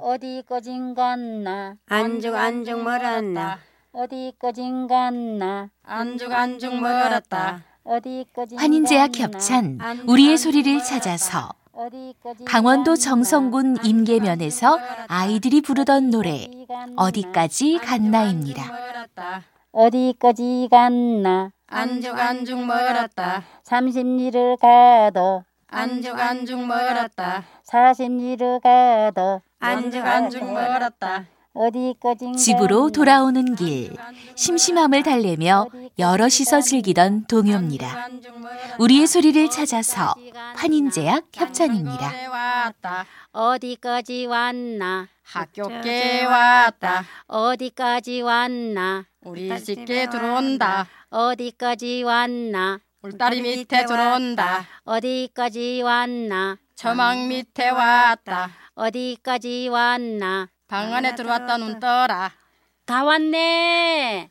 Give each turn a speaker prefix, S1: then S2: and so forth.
S1: 어디 꺼진 건나
S2: 안죽 안죽 멀었나
S1: 어디 꺼진 건나
S2: 안죽 안죽 멀었다
S1: 어디 꺼진
S3: 환인제와
S1: 건나?
S3: 겹찬 우리의 소리를 찾아서
S1: 어디 꺼진
S3: 강원도
S1: 건나?
S3: 정성군 임계면에서 아이들이 부르던 노래
S1: 어디 갔나?
S3: 어디까지 갔나입니다.
S1: 어디까지 갔나
S2: 안죽 안죽 멀었다
S1: 삼십리를 가도
S2: 안죽 안죽 멀었다
S1: 사십리를 가도
S2: 안죽 안죽 멀었다
S1: 어디 꺼진
S3: 집으로
S1: 건나?
S3: 돌아오는 길 심심함을 달래며 여럿이서 즐기던 동요입니다. 우리의 소리를 찾아서 환인제약 협찬입니다.
S2: 왔다
S1: 어디까지 왔나
S2: 학교께 왔다
S1: 어디까지 왔나
S2: 우리 집게 들어온다
S1: 어디까지 왔나
S2: 울다리 밑에 들어온다
S1: 어디까지 왔나
S2: 저망 밑에 왔다
S1: 어디까지 왔나
S2: 방 안에 들어왔다 눈 떠라
S1: 다 왔네